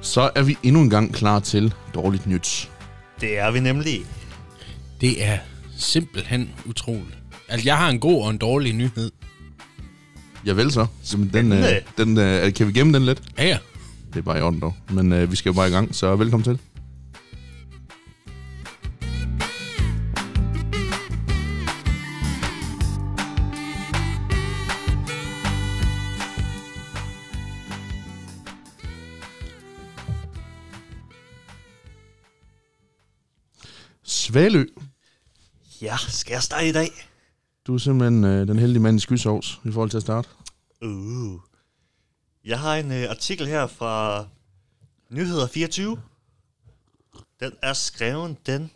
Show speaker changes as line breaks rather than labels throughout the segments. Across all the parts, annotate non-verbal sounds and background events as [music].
så er vi endnu en gang klar til dårligt nyt.
Det er vi nemlig.
Det er simpelthen utroligt. Altså, jeg har en god og en dårlig nyhed.
Ja vel så. Jamen, den, øh,
Spændende.
den, øh, kan vi gemme den lidt?
Ja, ja.
Det er bare i orden dog. Men øh, vi skal jo bare i gang, så velkommen til. Svalø,
Ja, skal jeg starte i dag?
du er simpelthen øh, den heldige mand i skysovs i forhold til at starte.
Uh. Jeg har en øh, artikel her fra Nyheder 24. Den er skrevet den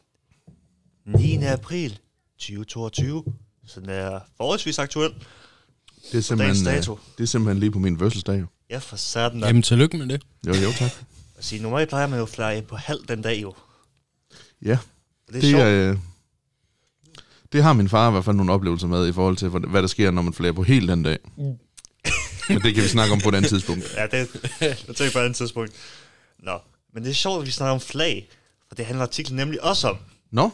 9. april 2022. Så den er forholdsvis aktuel.
Det er simpelthen, øh,
dags dato.
det er simpelthen lige på min fødselsdag. jo.
Ja, for satan. da.
Jamen, tillykke med det.
Jo, jo
[laughs]
tak.
Altså, normalt plejer man jo at flage på halv den dag jo.
Ja,
Og det er det,
det,
sjovt.
er, øh, det har min far i hvert fald nogle oplevelser med i forhold til, hvordan- hvad der sker, når man flærer på helt den dag.
Mm.
[laughs] Men det kan vi snakke om på et andet tidspunkt.
Ja, det, [laughs] det tager jeg på et andet tidspunkt. Nå, men det er sjovt, at vi snakker om flag. For det handler artiklen nemlig også om.
Nå,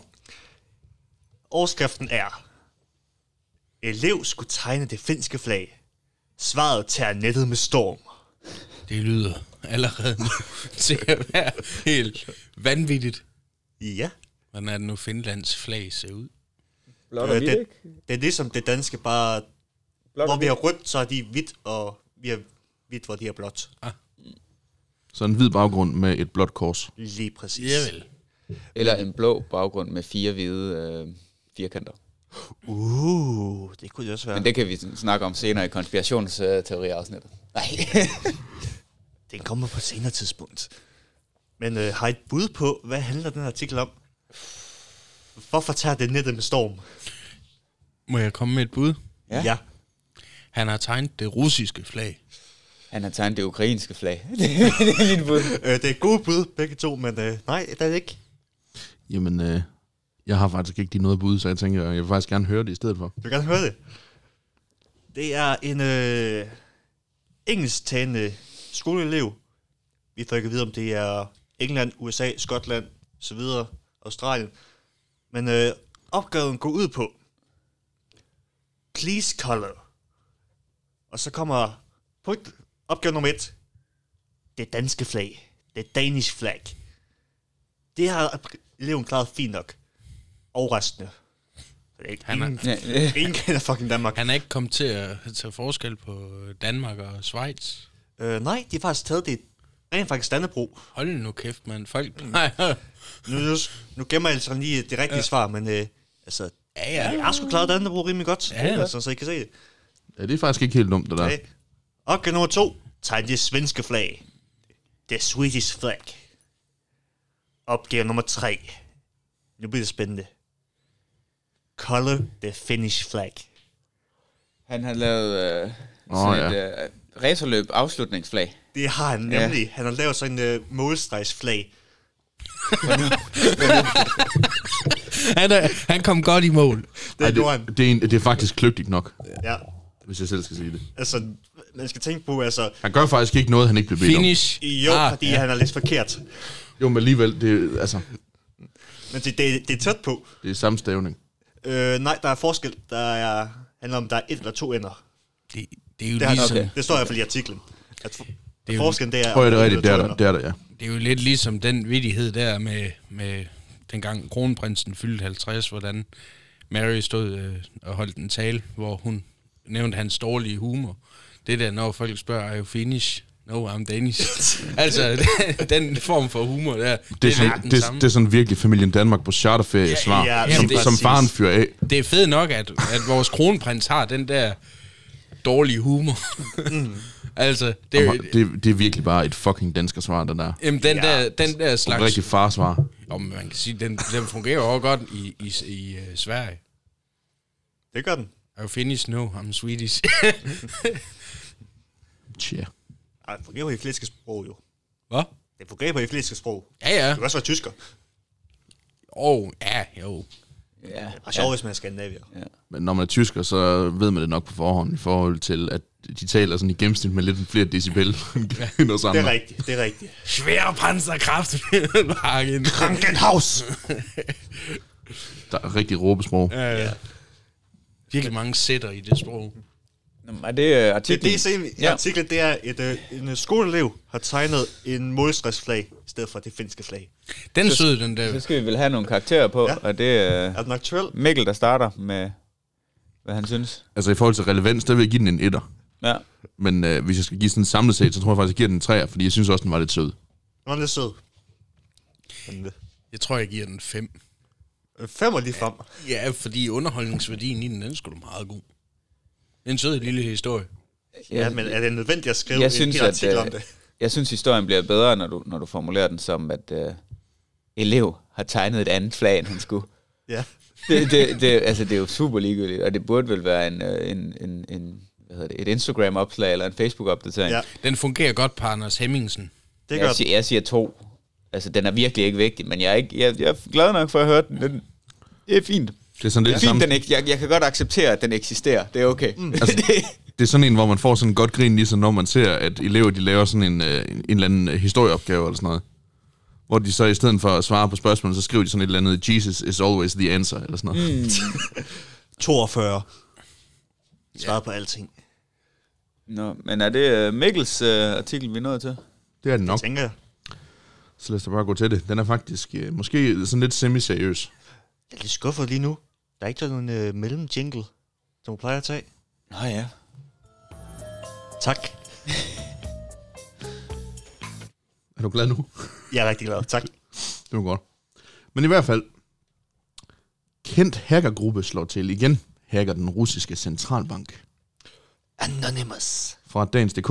Overskriften er, elev skulle tegne det finske flag. Svaret tager nettet med storm.
Det lyder allerede nu [laughs] til at være helt vanvittigt.
Ja,
Hvordan er det nu, Finlands flag ser ud?
Blot og
øh,
hvidt,
det,
ikke?
det er ligesom det danske bare,
Blot
hvor
og
vi
hvidt.
har rødt, så er de hvidt, og vi har hvidt, hvor de er blåt.
så en hvid baggrund med et blåt kors.
Lige præcis.
Javel.
Eller en blå baggrund med fire hvide øh, firkanter.
Uh, det kunne det også være.
Men
Det...
det kan vi sådan snakke om senere i konspirationsteoriafsnittet. Nej. [laughs]
Den kommer på et senere tidspunkt. Men øh, har I et bud på, hvad handler den her artikel om? Hvorfor tager det nettet med storm?
Må jeg komme med et bud?
Ja.
ja.
Han har tegnet det russiske flag.
Han har tegnet det ukrainske flag. [laughs] det er mit bud.
Øh, det er et gode bud, begge to, men øh, nej, det er det ikke.
Jamen, øh, jeg har faktisk ikke lige noget at bud, så jeg tænker, jeg vil faktisk gerne høre det i stedet for.
Du vil gerne høre det. Det er en øh, engelsktalende skoleelev. Vi får ikke at vide, om det er England, USA, Skotland, så videre, Australien. Men øh, opgaven går ud på, please color. Og så kommer punkt, opgave nummer et. Det danske flag. Det danish flag. Det har eleven klaret fint nok. Overraskende. Det er ikke
Han
ingen-
er,
Ja, øh,
Ingen kender fucking Danmark.
han er ikke kommet til at tage forskel på Danmark og Schweiz.
Øh, nej, de har faktisk taget det rent faktisk Dannebro.
Hold nu kæft, mand. Folk plejer.
[laughs] Nu, nu, nu gemmer jeg altså lige det rigtige ja. svar, men øh, altså, ja, ja. jeg har sgu klaret Dannebro rimelig godt, ja,
Ja, ja.
ja. Altså, så I kan se det.
Ja, det er faktisk ikke helt dumt, det der.
Okay. Opgave nummer to. Tegn det svenske flag. Det Swedish flag. Opgave nummer tre. Nu bliver det spændende. Color the Finnish flag.
han har lavet øh,
Åh,
sådan et øh, racerløb afslutningsflag.
Det har han
Ja.
nemlig. Ja. Han har lavet sådan en øh, målstregsflag.
Han, er, han kom godt i mål.
Det er
Ej,
Ej,
det, det, er en, det er faktisk kløgtigt nok,
Ja,
hvis jeg selv skal sige det.
altså, man skal tænke på, altså,
Han gør faktisk ikke noget, han ikke blev bedt om.
Finish.
jo, ah, fordi ja. han er lidt forkert.
Jo, men alligevel, det, er- altså,
Men det, det, det er tæt på.
det er samme stavning.
Øh, nej, der er forskel. Der er, handler om, der er et eller to ender.
Det, det, er jo
Det, har,
ligesom,
okay. det står i hvert fald i artiklen. At for, det er
jo-
forskellen, det er...
Prøv at det er
om
rigtigt, det
et
er
eller to
der, det er der, ja.
det er jo lidt ligesom den vidighed der med, med dengang kronprinsen fyldte 50, hvordan Mary stod øh, og holdt en tale, hvor hun nævnte hans dårlige humor. Det der, når folk spørger, er jo finish? No, I'm Danish. altså, [laughs] den form for humor der,
Det
det,
er,
det er lidt
sådan,
den
det,
samme.
det er sådan virkelig familien Danmark på charterferie ja, svar,
ja,
ja,
ja,
som,
det er
som
præcis.
faren fyrer af.
Det er fedt nok, at, at vores kronprins har den der dårlige humor. [laughs] altså, det er jo...
Det, det, det er virkelig bare et fucking dansker svar, den der.
Jamen, den, der, den der
Et
slags...
rigtig farsvar.
Jo, men man kan sige, den, den fungerer jo også godt i, i, i uh, Sverige.
ender. Det gør den.
Er jo Finnish? No, I'm Swedish.
Tja.
Ej, det fungerer på de fleste sprog jo.
[laughs] Hvad?
Det fungerer på de fleste sprog.
Ja, ja.
Du kan også være tysker.
Åh, oh, ja, jo.
Ja.
Og sjovt, hvis man er skandinavier.
Men når man er tysker, så ved man det nok på forhånd i forhold til, at de taler sådan i gennemsnit med lidt flere decibel [laughs] end os
Det er
andre.
rigtigt, det er rigtigt.
Svær panserkraft. Hakke ind.
Krankenhaus!
Der er rigtig råbesprog. Ja.
[laughs] Ja. Virkelig mange sætter i det sprog.
Nå, men er det øh,
Det er
artiklen?
DC ja.
Ja.
artiklet, det er, et, øh, en øh, skoleelev har tegnet en målstridsflag i stedet for det finske flag.
Den er sød, den der.
Så skal vi vel have nogle karakterer på,
Ja.
ja. og det er
Er den aktuel?
Mikkel, der starter med, hvad han synes.
Altså i forhold til relevans, der vil jeg give den en etter.
Ja.
Men øh, hvis jeg skal give sådan en samlet set, så tror jeg faktisk, jeg giver den en træer, fordi jeg synes også, den var lidt sød.
Var den lidt sød? Men, øh,
Jeg tror, jeg giver den 5.
øh, Fem er lige frem.
Ja, fordi underholdningsværdien i den, den er sgu da meget god. En sød lille historie.
Ja, men er det nødvendigt at skrive
Jeg
en
synes,
hel
at,
artikel om
øh,
det?
Jeg synes, historien bliver bedre, når du, når du formulerer den som, at øh, elev har tegnet et andet flag, end han skulle.
Ja.
Det, det, det, altså, det er jo super ligegyldigt, og det burde vel være en, øh, en, en, en hvad hedder det, et Instagram-opslag eller en Facebook-opdatering.
Ja,
Den fungerer godt på Anders Hemmingsen.
det gør
jeg,
den.
siger, jeg siger to. Altså, den er virkelig ikke vigtig, men jeg er, ikke, jeg, jeg er glad nok for at høre den. den det er fint.
Det er sådan
Det
lidt
er
ja.
fint,
samme,
den ikke, jeg, jeg kan godt acceptere, at den eksisterer. [laughs] Det er okay. Mm.
Altså- Det er sådan en, hvor man får sådan en godt grin, ligesom når man ser, at elever de laver sådan en, øh, en eller anden øh, historieopgave eller sådan noget. Hvor de så i stedet for at svare på spørgsmålet, så skriver de sådan et eller andet, Jesus is always the answer, eller sådan noget. Mm.
42. Svarer på alting.
Nå, men er det øh, Mikkels øh, artikel, vi er nået til?
Det er den nok.
Jeg tænker,
Så lad os da bare gå til det. Den er faktisk øh, måske sådan lidt semi-seriøs.
jeg er lidt skuffet lige nu. Der er ikke sådan en øh, mellemjingle, som du plejer at tage.
Nå ja.
Tak.
Er du glad nu? [laughs]
Jeg er rigtig glad. Tak.
Det var godt. Men i hvert fald, kendt hackergruppe slår til igen, hacker den russiske centralbank.
Anonymous.
Fra dagens DK,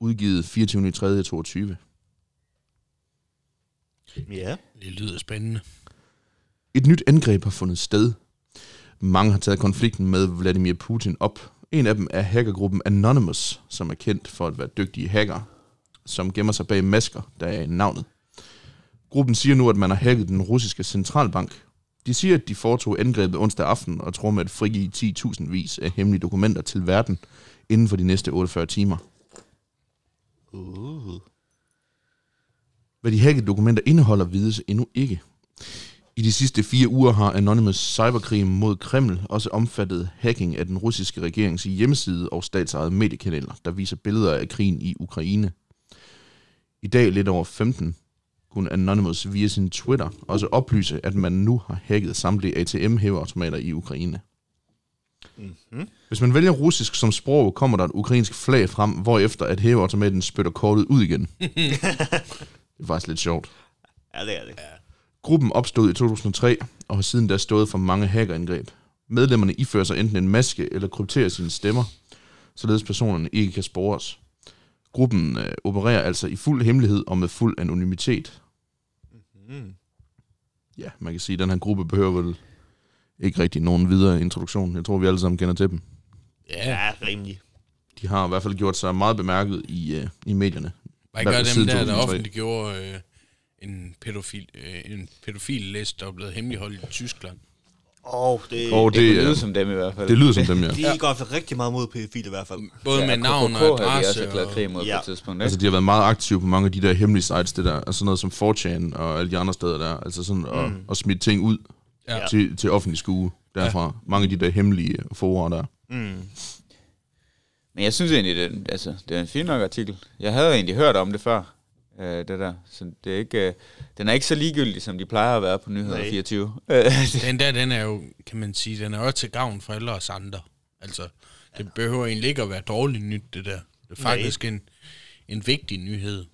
udgivet 24.3.22.
Ja.
Det lyder spændende.
Et nyt angreb har fundet sted. Mange har taget konflikten med Vladimir Putin op. En af dem er hackergruppen Anonymous, som er kendt for at være dygtige hacker, som gemmer sig bag masker, der er i navnet. Gruppen siger nu, at man har hacket den russiske centralbank. De siger, at de foretog angrebet onsdag aften og tror med at frigive 10.000 vis af hemmelige dokumenter til verden inden for de næste 48 timer.
Uh.
Hvad de hackede dokumenter indeholder, vides endnu ikke. I de sidste fire uger har Anonymous cyberkrig mod Kreml også omfattet hacking af den russiske regerings hjemmeside og statsejede mediekanaler, der viser billeder af krigen i Ukraine. I dag lidt over 15 kunne Anonymous via sin Twitter også oplyse, at man nu har hacket samtlige ATM-hæveautomater i Ukraine. Hvis man vælger russisk som sprog, kommer der et ukrainsk flag frem, hvorefter at hæveautomaten spytter kortet ud igen. det er faktisk lidt sjovt.
Ja, det er det. Ja.
Gruppen opstod i 2003 og har siden da stået for mange hackerangreb. Medlemmerne ifører sig enten en maske eller krypterer sine stemmer, således personerne ikke kan spores. Gruppen øh, opererer altså i fuld hemmelighed og med fuld anonymitet.
Mm.
Ja, man kan sige, at den her gruppe behøver vel ikke rigtig nogen videre introduktion. Jeg tror, vi alle sammen kender til dem.
Ja,
ja rimelig.
De har i hvert fald gjort sig meget bemærket i, øh, i medierne.
var ikke
Hvad-
godt dem
siden
der, der
2003.
offentliggjorde øh, en, pædofil, øh, en pædofil liste, der er blevet hemmeligholdt i Tyskland.
Åh, oh, det,
Og
Det, det
det,
lyder
øh,
som dem i hvert fald.
det lyder som dem, ja.
de ja. går i hvert fald rigtig meget mod pædofile i hvert fald.
Både ja, med navn
KKK
og
havde de også
adresse.
erklæret krig
Og,
mod
Ja.
på et tidspunkt, ikke?
Altså, de har været meget aktive på mange af de der hemmelige sites, det der, altså noget som 4chan og alle de andre steder der, altså sådan at, mm. at smide ting ud ja.
Ja.
til, til offentlig skue derfra. Ja. Mange af de der hemmelige forer der.
Men jeg synes egentlig, det, er- altså, det er en fin nok artikel. Jeg havde egentlig hørt om det før, øh, det der. Så det er ikke, øh, den er ikke så ligegyldig, som de plejer at være på Nyheder
Nej.
Nej. 24. [laughs] Øh, det-
den der, den er jo, kan man sige, den er også til gavn for alle os andre. Altså, det behøver egentlig ikke at være dårligt nyt, det der. Det er
Nej.
faktisk en, en vigtig nyhed.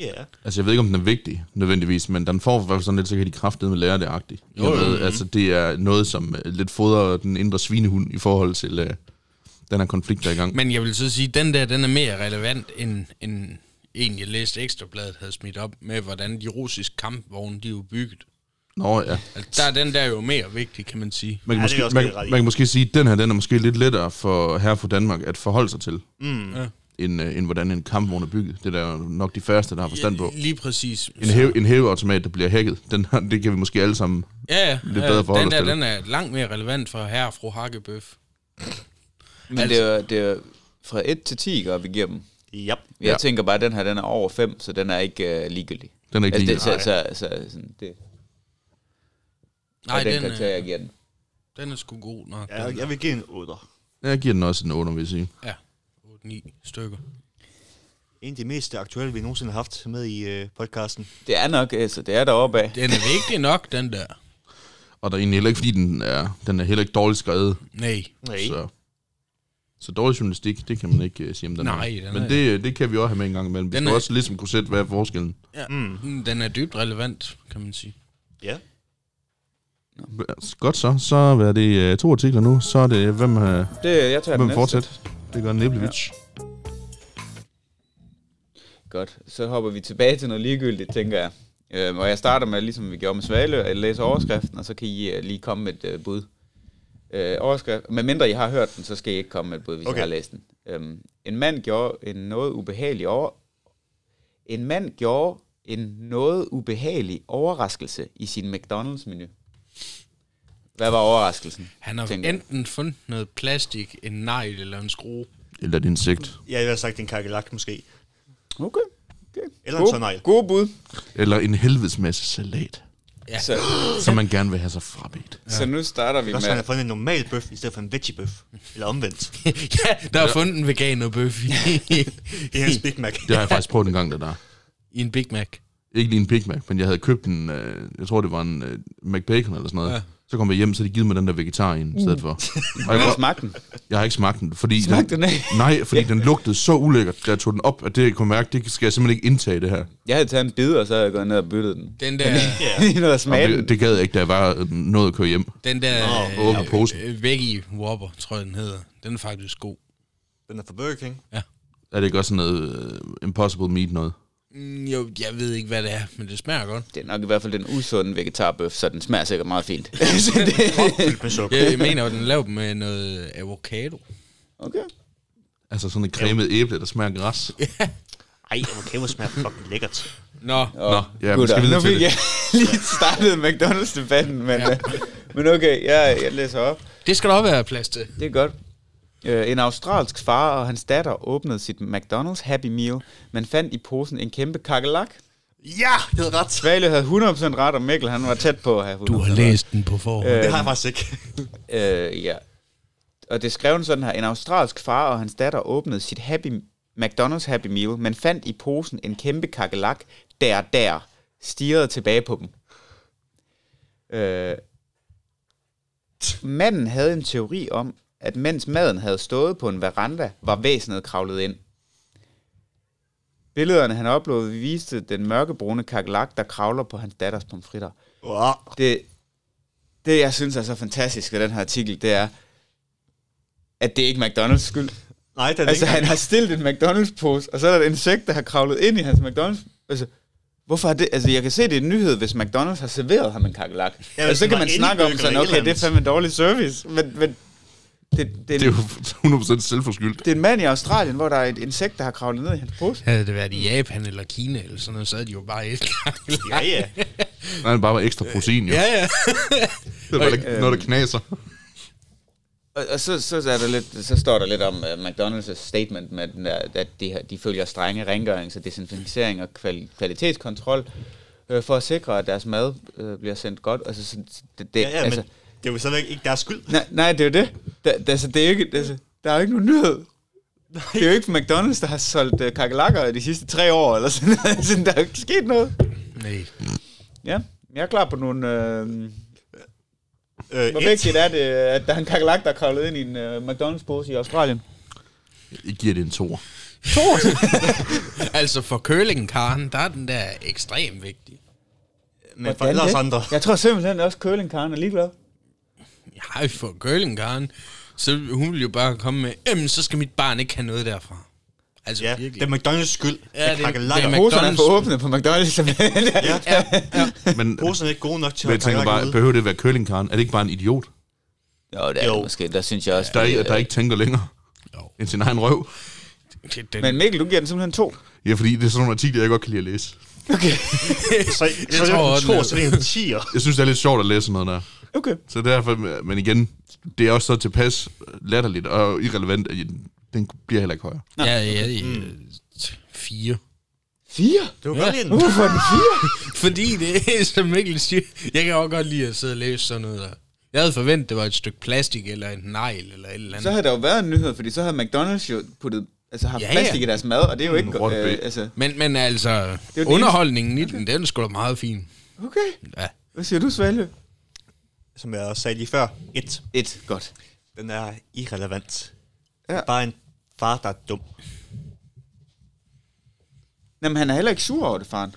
Ja.
Altså, jeg ved ikke, om den er vigtig, nødvendigvis, men den får i hvert fald sådan lidt, så kan de kraftede med lære det agtigt. Jeg
Jo, jo,
ved, altså, det er noget, som øh, lidt fodrer den indre svinehund i forhold til uh, den her konflikt, der er i gang.
Men jeg vil så sige, den der, den er mere relevant, end, end en, jeg læste Ekstrabladet havde smidt op med, hvordan de russiske kampvogne, de er jo bygget.
Nå, ja.
Altså, der er den der jo mere vigtig, kan man sige.
Man kan,
Ja, det
måske,
er også
man,
lidt ret i.
man kan måske sige, at den her den er måske lidt lettere for her for Danmark at forholde sig til,
Mm.
Ja.
end, øh, end hvordan en kampvogn er bygget. Det er der jo nok de færreste, der har forstand på.
Lige præcis.
En, hæve, en hæveautomat, der bliver hacket, den, har- det kan vi måske alle sammen...
Ja, ja.
Lidt bedre
ja,
forhold
den
at
der,
spille.
den er langt mere relevant for herre og fru Hakkebøf.
Men altså. det, er, det er fra 1 til 10, gør vi giver dem.
Yep.
Jeg
Ja.
ja. tænker bare, at den her den er over 5, så den er ikke øh, ligegyldig.
Den er ikke
altså,
lige...
det, så, så, så, sådan, det
Nej,
er den,
den,
karakter, jeg
øh,
giver den.
den er sgu god nok.
Ja, jeg, jeg vil give en 8.
Jeg giver den også en 8, vil jeg sige.
ja. 8-9 stykker.
En af de mest aktuelle, vi nogensinde har haft med i øh, podcasten.
Det er nok, altså, det er deroppe af.
Den er vigtig nok, den der.
Og der er egentlig heller ikke, fordi den er, den er heller ikke dårligt skrevet.
Nej.
Nej.
Så, så dårlig journalistik, det kan man ikke øh, sige om den
Nej,
her.
den
Men
er-
det, det kan vi også have med en gang imellem. Vi
Den
skal
er-
også ligesom kunne sætte, hvad er forskellen.
Ja. Mm. Den er dybt relevant, kan man sige.
Ja.
Godt så. Så er det øh, to artikler nu. Så er det, hvem, øh,
Det, jeg tager den
hvem
næste.
fortsætter. Det gør Neblevic.
Godt, så hopper vi tilbage til noget ligegyldigt, tænker jeg. Øhm, og jeg starter med, ligesom vi gjorde med Svalø, at læse overskriften, og så kan I øh, lige komme med et øh, bud. Øh, overskrift, med mindre I har hørt den, så skal I ikke komme med et bud, hvis okay.
Okay.
I har læst den. Øhm, en mand gjorde en noget ubehagelig over... En mand gjorde en noget ubehagelig overraskelse i sin McDonald's-menu. Hvad var overraskelsen?
Han har
tænker jeg?
enten fundet noget plastik, en negl eller en skrue. [laughs]
Eller et insekt.
Jeg ville have sagt en kakelak måske.
Okay. okay.
Eller en tårnegl.
Gode, gode bud.
Eller en helvedes masse salat,
Ja.
Så,
som man gerne vil have sig frabedt.
så nu starter vi
Ellers har
med...
han fundet en normal bøf, i stedet for en veggiebøf. Eller
[laughs]
omvendt.
ja, der er fundet en veganerbøf i,
Det er hans Big Mac.
Det har [laughs] jeg faktisk prøvet en gang, det der.
i en Big Mac.
Ikke lige en Big Mac, men jeg havde købt en, øh, jeg tror det var en øh, McBacon eller sådan noget.
Ja.
Ja. Mm. Så kom jeg hjem, så havde de givet mig den der vegetar i en, i stedet [laughs] for. Og
Hvordan
jeg,
har
var,
smagt den?
jeg har ikke smagt den, fordi...
Smagte
den,
den ikke?
[laughs] Nej, fordi den lugtede så ulækkert, da jeg tog den op, at det jeg kunne mærke, det skal jeg simpelthen ikke indtage det her.
Jeg havde taget en bid, og så havde jeg gået ned og byttet den. [laughs]
Den der,
Ja.
I noget smag.
Og det, det gad jeg ikke, da jeg var øh, nået at køre hjem.
den der
Nå,
åbne posen.
øh, veggie whopper, tror jeg den hedder. Den er faktisk god.
Den er fra Burger King.
Er det ikke også sådan noget øh, impossible meat noget?
Mm, jo, jeg ved ikke, hvad det er, men det smager
[laughs]
godt.
det er nok i hvert fald den usunde vegetarbøf, så den smager sikkert meget
[laughs]
fint.
Fyldt med sukker.
Jeg mener, at den er lavet med noget avocado.
okay.
Altså sådan et cremet æble, der smager af græs.
Ej, avocado smager fucking lækkert.
Nå,
Nå, ja, men
Gutter,
skal vi
nu
videre til
fik [laughs]
det?
jeg lige startet McDonald's-debatten, men, ja. men okay, jeg, jeg læser op.
det skal der også være plads til.
Det er godt. Øh, En australsk far og hans datter åbnede sit McDonald's Happy Meal, men fandt i posen en kæmpe kakelak.
Ja, det er ret.
Svale havde 100% ret, og Mikkel han var tæt på at have 100%
Du har
ret.
læst den på forhånd.
Det har jeg faktisk ikke.
Øh, ja. Og det skrev den sådan her. En australsk far og hans datter åbnede sit Happy McDonald's Happy Meal, men fandt i posen en kæmpe kakelak, der der, stirrede tilbage på dem. Øh, manden havde en teori om, at mens maden havde stået på en veranda, var væsenet kravlet ind. Billederne, han uploadede, viste den mørkebrune kakelak, der kravler på hans datters pomfritter
Wow.
det, det, jeg synes er så fantastisk ved den her artikel, det er, at det er ikke McDonald's skyld.
Nej, den er
Altså,
ikke.
han har stillet en McDonald's-pose, og så er der et insekt, der har kravlet ind i hans McDonald's. Altså, hvorfor er det? Altså, jeg kan se, det er en nyhed, hvis McDonald's har serveret ham en kakelak. Ja,
hvis
altså, så
den
kan
var
man snakke om
indbygget
sådan,
eller et
okay,
eller
det er
andet.
fandme en dårlig service, men, men det, det,
Det
er
er
en,
jo 100% selvforskyldt.
det er en mand i Australien, hvor der er et insekt, der har kravlet ned i hans pose.
Havde det været i Japan eller Kina eller sådan noget, så havde de jo bare et gang.
Ja, ja.
Nej, det bare var ekstra protein, jo.
Ja, ja.
Det var der, når der knaser.
Og, og så, så, er der lidt, så står der lidt om uh, McDonald's statement, med den der, at de, har- de følger strenge rengørings- og desinficering og kval- kvalitetskontrol øh, for at sikre, at deres mad øh, bliver sendt godt. Altså, så, det, det,
ja, ja men
altså,
det er jo stadigvæk ikke deres skyld.
nej, nej, det er jo det. Da, da, altså, det er jo ikke, altså, der er jo ikke nogen nyhed. Det er jo ikke McDonald's, der har solgt øh, kakelakker de sidste tre år, eller sådan noget. [laughs] Sådan, Der er jo ikke sket noget.
Nej.
Ja, jeg er klar på nogle... Øh,
Øh,
hvor
et.
vigtigt er det, at der er en kakelak, der er kravlet ind i en øh, McDonald's-pose i Australien?
Jeg giver det en tor.
Altså for curlingkaren, der er den der ekstremt vigtig.
Men for
Hvordan
alle os
det?
andre.
Jeg tror simpelthen også, curlingkaren er ligeglad.
Nej, for curlingkaren, så hun ville jo bare komme med, jamen så skal mit barn ikke have noget derfra. Altså
Ja,
ja,
det
virkelig.
er McDonald's skyld.
Ja,
Ja,
det-
det,
det
det,
er
det
Mac-
er
Poserne er
McDonald's.
for åbne på McDonald's.
ja,
Men,
Posen er ikke gode nok til
men jeg
at
tænker
have
bare,
bare...
behøver det at være curlingkaren? Er det ikke bare en idiot,
jo, det er
Jo.
det måske. Der synes jeg også.
der, ikke, der ikke tænker længere
Jo.
end sin egen røv?
det, den,
Men Mikkel, du giver den simpelthen to.
Ja, fordi det er sådan nogle artikler, jeg godt kan lide at læse.
Så, så, så,
tror
så, så, så,
jeg, den er-
så, så, det er en tier.
Jeg synes, det er lidt sjovt at læse sådan noget der.
Okay.
Så derfor, men igen, det er også så tilpas latterligt og irrelevant, at den bliver heller ikke højere.
Ja, ja, ja. Mm. Fire. [laughs]
Fire?
Det var godt ja. Uh.
Hvorfor får Uh, den [laughs] fire?
Fordi det er, som Mikkel siger, jeg kan også godt lide at sidde og læse sådan noget der. Jeg havde forventet, det var et stykke plastik eller en negl eller et eller
Så
andet.
havde der jo været en nyhed, fordi så havde McDonald's jo puttet, altså haft
Ja,
ja,
ja.
plastik i deres mad, og det er jo ikke
Mm,
godt.
what
Øh,
bait.
altså,
Men, men altså,
det eneste-
underholdningen i den, den er sgu da meget fin.
okay.
Ja.
Hvad siger du, Svalø?
Som jeg også sagde lige før, et.
Et. Godt.
Den er irrelevant.
Ja.
Ja. Bare en far, der er [laughs] dum.
Jamen, han er heller ikke sur over det, faren.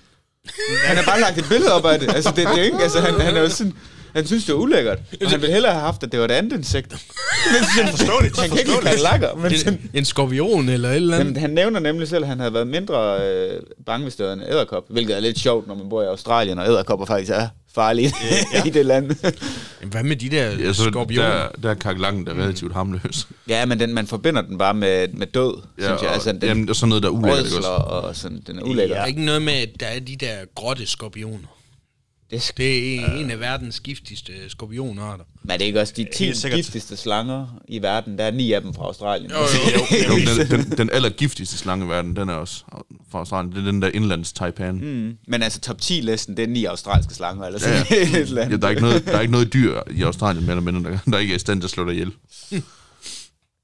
han har bare lagt et billede op af det. Altså, det, det er jo ikke, altså, han, han er jo sådan... Han synes, det er ulækkert. Og han ville hellere have haft, at det var et andet insekt. Men sådan,
Forståeligt,
han kan ikke lide
forståeligt.
lakker, men sådan, [laughs]
En, en skorpion eller et eller andet.
Jamen, han nævner nemlig selv, at han havde været mindre øh, bange ved steder end æderkop, hvilket er lidt sjovt, når man bor i Australien, og æderkopper faktisk er farlige ja. [laughs] i det land.
Jamen, hvad med de der
Ja,
ja,
så
skorpioner?
der, der er kakkelangen, der er relativt harmløs.
ja, men den, man forbinder den bare med, med død, ja, synes jeg.
og,
Altså, den
jamen, og sådan noget, der er ulækkert. ikke
rødsler
også?
og sådan, den er ulækker.
Der er
Ja.
ikke noget med, at der er de der grotte skorpioner.
Det er, sk-
Det er en, øh. en af verdens giftigste skorpionarter.
men er det ikke også de 10
Helt sikkert.
giftigste slanger i verden? Der er ni af dem fra Australien.
Jo, jo, jo.
[laughs]
Jo, den, den, den allergiftigste slange i verden, den er også fra Australien. Det er den der indlands Taipan. Mm.
Men altså top 10-listen, det er ni australske slanger, eller
Ja,
sådan ja, ja. et eller andet.
Ja, der, er ikke noget, der er ikke noget dyr i Australien, mellem mindre, der, der ikke er i stand til at slå dig ihjel.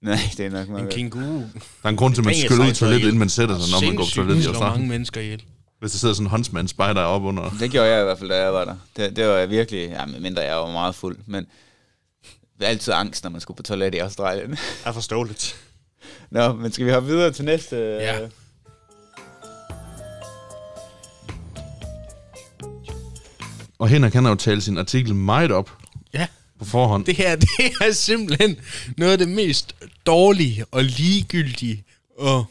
Nej, det er nok meget
En
godt.
kænguru.
Der er en grund til, at man
Ingen
skyller ud i
sejler
toilettet,
ihjel.
inden man sætter sig, når man går på
Sindssygt,
toilettet i
slår mange
Australien.
mennesker ihjel.
Hvis der sidder sådan en håndsmand spejder op under...
Det gjorde jeg i hvert fald, da jeg var der. Det, det var jeg virkelig, ja, mindre jeg var meget fuld, men altid angst, når man skulle på toilet i Australien. [laughs]
Er forståeligt.
Nå, men skal vi hoppe videre til næste?
Ja.
øh,
Og Henrik, han har jo talt sin artikel meget op
Ja,
på forhånd.
det her, [laughs] det er simpelthen noget af det mest dårlige og ligegyldige og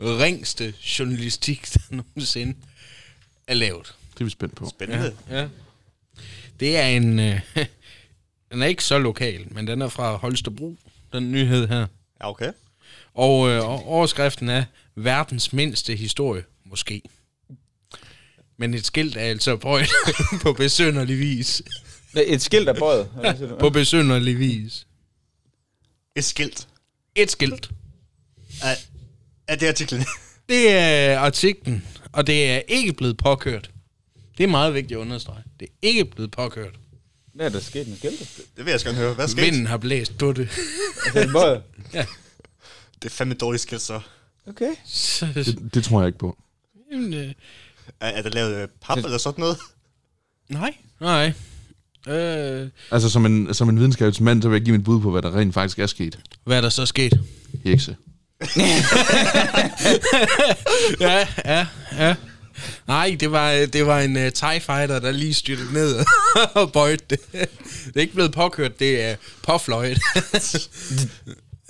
ringste journalistik, der nogensinde er lavet.
Det er vi spændt på.
Spændende. Ja.
Ja. Det er en... Øh, [laughs] den er ikke så lokal, men den er fra Holstebro, den nyhed her.
ja, okay.
Og øh, og overskriften er verdens mindste historie, måske. Men et skilt er altså bøjet [laughs] på besønderlig vis.
Et skilt af båd. eller hvad siger du?
På besønderlig vis.
Et skilt.
Et skilt.
Er, er det artiklen? [laughs]
Det er artiklen, og det er ikke blevet påkørt. Det er meget vigtigt at understrege. Det er ikke blevet påkørt.
Hvad er der sket med skiltet?
det vil jeg skal høre. Hvad er skilt?
Vinden har blæst på det.
Altså en båd.
Det er fandme et dårligt skilt, så.
Okay.
[laughs] Så,
Det, det tror jeg ikke på.
jamen, øh,
Er, er det lavet af pap eller sådan noget?
nej, nej. Øh,
Altså, som en, som en videnskabsmand, så vil jeg give mit bud på, hvad der rent faktisk er sket.
hvad er der så sket?
Hekse.
Ja, ja, ja. Nej, det var, det var en uh, TIE Fighter, der lige styrtede ned [laughs] og bøjte det. Det er ikke blevet påkørt, det er påfløjet [laughs]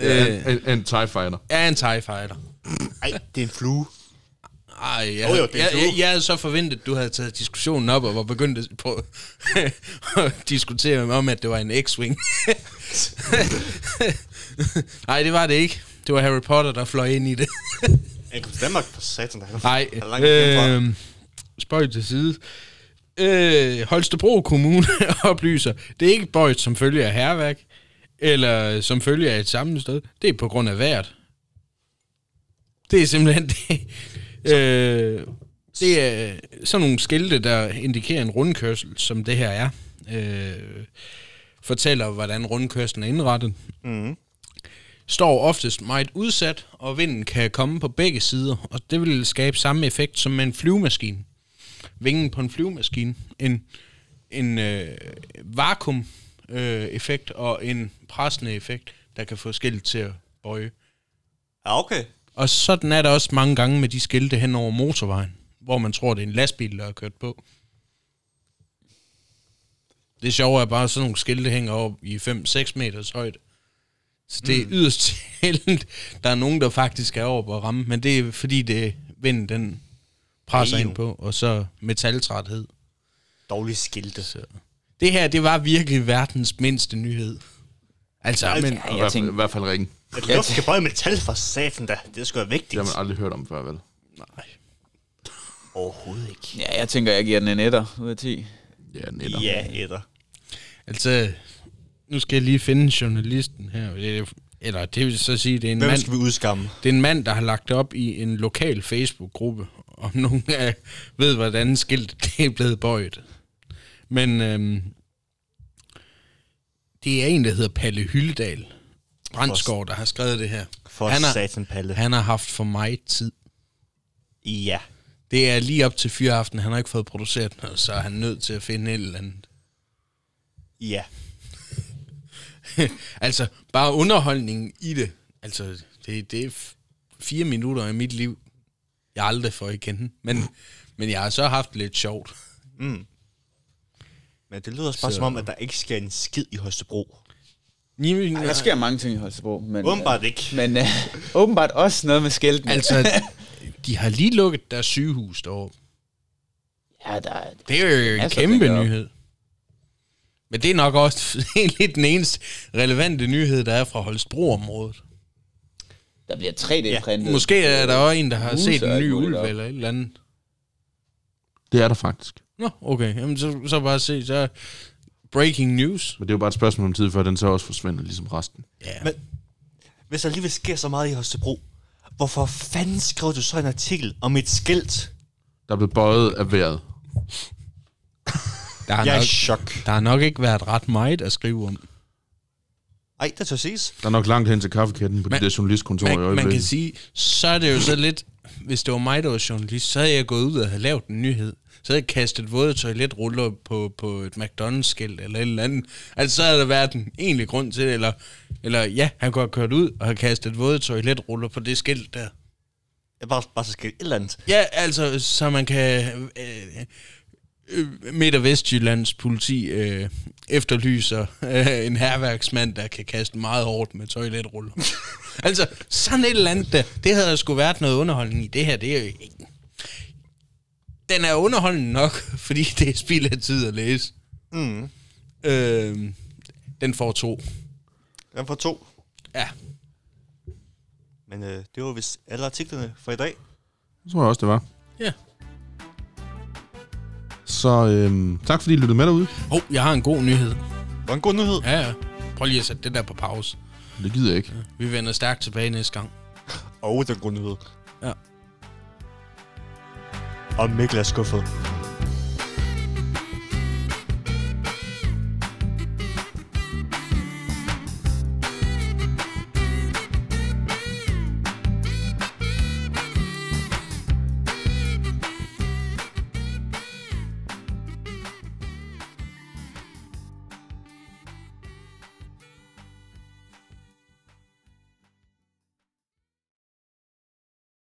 Øh. En, en, en TIE fighter.
af en TIE Fighter.
Nej, det er en flue.
Ej, jeg,
Jo, jo,
jeg,
det er
jeg,
sjovt.
jeg, jeg havde så forventet, at du havde taget diskussionen op og var begyndt at, på, [laughs] at diskutere om, at det var en X-Wing. [laughs] Nej, det var det ikke. Det var Harry Potter, der fløj ind i det.
Jeg kom til Danmark for satan.
Nej,
Er der langt øh,
øh, spøj til side. Øh, Holstebro Kommune [laughs] oplyser, det er ikke bøjt som følge af herværk, eller som følge af et sammenstød. Det er på grund af vejret. Det er simpelthen det. Øh, det er sådan nogle skilte, der indikerer en rundkørsel, som det her er. Øh, fortæller, hvordan rundkørslen er indrettet
mm.
står oftest meget udsat, og vinden kan komme på begge sider, og det vil skabe samme effekt som med en flyvemaskine. Vingen på en flyvemaskine, en, en øh, vakuum-effekt øh, effekt og en pressende effekt, der kan få skilt til at bøje.
Ja, okay.
Og sådan er der også mange gange med de skilte hen over motorvejen, hvor man tror, det er en lastbil, der er kørt på. Det sjove er bare, at sådan nogle skilte hænger op i 5-6 meters højde. Så det er yderst [laughs] sjældent, der er nogen, der faktisk er over på at ramme. Men det er fordi, det vinden den presser
Ej, jo.
ind på, og så metaltræthed.
Dårlige skilte.
Så. Det her, det var virkelig verdens mindste nyhed. Altså, men,
I, hvert, fald- I hvert fald ringen.
At luft kan bøje metal for satan da. Det er sgu da
Det
vigtigt.
har man aldrig hørt om før, vel?
nej.
Overhovedet ikke.
Ja, jeg tænker, jeg giver den en etter ud af 10.
Ja, netter.
Ja, etter.
Altså, nu skal jeg lige finde journalisten her. Det er- Eller det vil så sige, det er en
Hvem
mand,
skal vi udskamme?
det er en mand, der har lagt det op i en lokal Facebook-gruppe, om [laughs] nogen af ved, hvordan skiltet [laughs] det er blevet bøjet. Men øhm, det er en, der hedder Palle Hyldal Brandskov, der har skrevet det her.
For
Han har-
satan, Palle.
Han har haft for meget tid.
Ja.
Det er lige op til fyreaften. Han har ikke fået produceret noget, så er han nødt til at finde et eller andet.
Ja.
[laughs] altså, bare underholdningen i det. Altså, det, det er f- fire minutter i mit liv, jeg aldrig får igen. Men, men jeg har så haft lidt sjovt.
Men det lyder også bare
Så-
som om, at der ikke sker en skid i Holstebro.
Niven,
Der sker mange ting i Holstebro. Men,
Åbenbart ikke.
Øh, men øh, åbenbart også noget med skiltene.
altså, de har lige lukket deres sygehus derovre.
ja, der, er-
Det er jo en
Altså,
kæmpe
det er-
nyhed. Men det er nok også [laughs] egentlig den eneste relevante nyhed, der er fra Holstbro-området.
der bliver 3D-printet.
Måske er der også en, der har
Huse
set
og
en
alt
ny
muligt
ulv
op.
eller et eller andet.
Det er der faktisk.
Nå, okay. Jamen, så, så bare se. Så breaking news.
Men det er jo bare et spørgsmål om tid, før den så også forsvinder, ligesom resten.
Ja.
Men- Hvis der alligevel sker så meget i Holstebro, hvorfor fanden skrev du så en artikel om et skilt?
Der er blevet bøjet af vejret.
der, har
Jeg er
nok,
i chok.
der har nok ikke været ret meget at skrive om.
Ej, det tør ses.
Der er nok langt hen til kaffekatten på
Man-
det der journalistkontor i
Man, man kan
øjeblikket.
sige, så er det jo så lidt, hvis det var mig, der var journalist, så havde jeg gået ud og havde lavet en nyhed. Så havde jeg kastet våde toiletruller på, på et McDonald's-skilt eller et eller andet. Altså, så havde der været en egentlig grund til det, eller, eller ja, han kunne have kørt ud og have kastet våde toiletruller på det skilt der.
Jeg bare, bare så skilt et eller andet.
Ja, altså, så man kan... Øh, øh, Midt- og Vestjyllands politi øh, efterlyser øh, en herværksmand, der kan kaste meget hårdt med toiletruller. altså, sådan et eller andet der. Det havde der sgu været noget underholdning i. Det her, det er jo ikke... Den er underholdende nok, [laughs] fordi det er spild af tid at læse. Mm. Øh, den får to.
Den får to.
Ja.
Men øh, det var vist alle artiklerne for i dag.
Det tror jeg også, det var.
Ja.
Så øhm, tak fordi I lyttede med derude.
Åh, oh, jeg har en god nyhed.
Det var en god nyhed.
Ja, ja. Prøv lige at sætte det der på pause.
Det gider jeg ikke.
Vi vender stærkt tilbage næste gang.
Og det er en god nyhed.
Ja.
Og Mikkel er skuffet.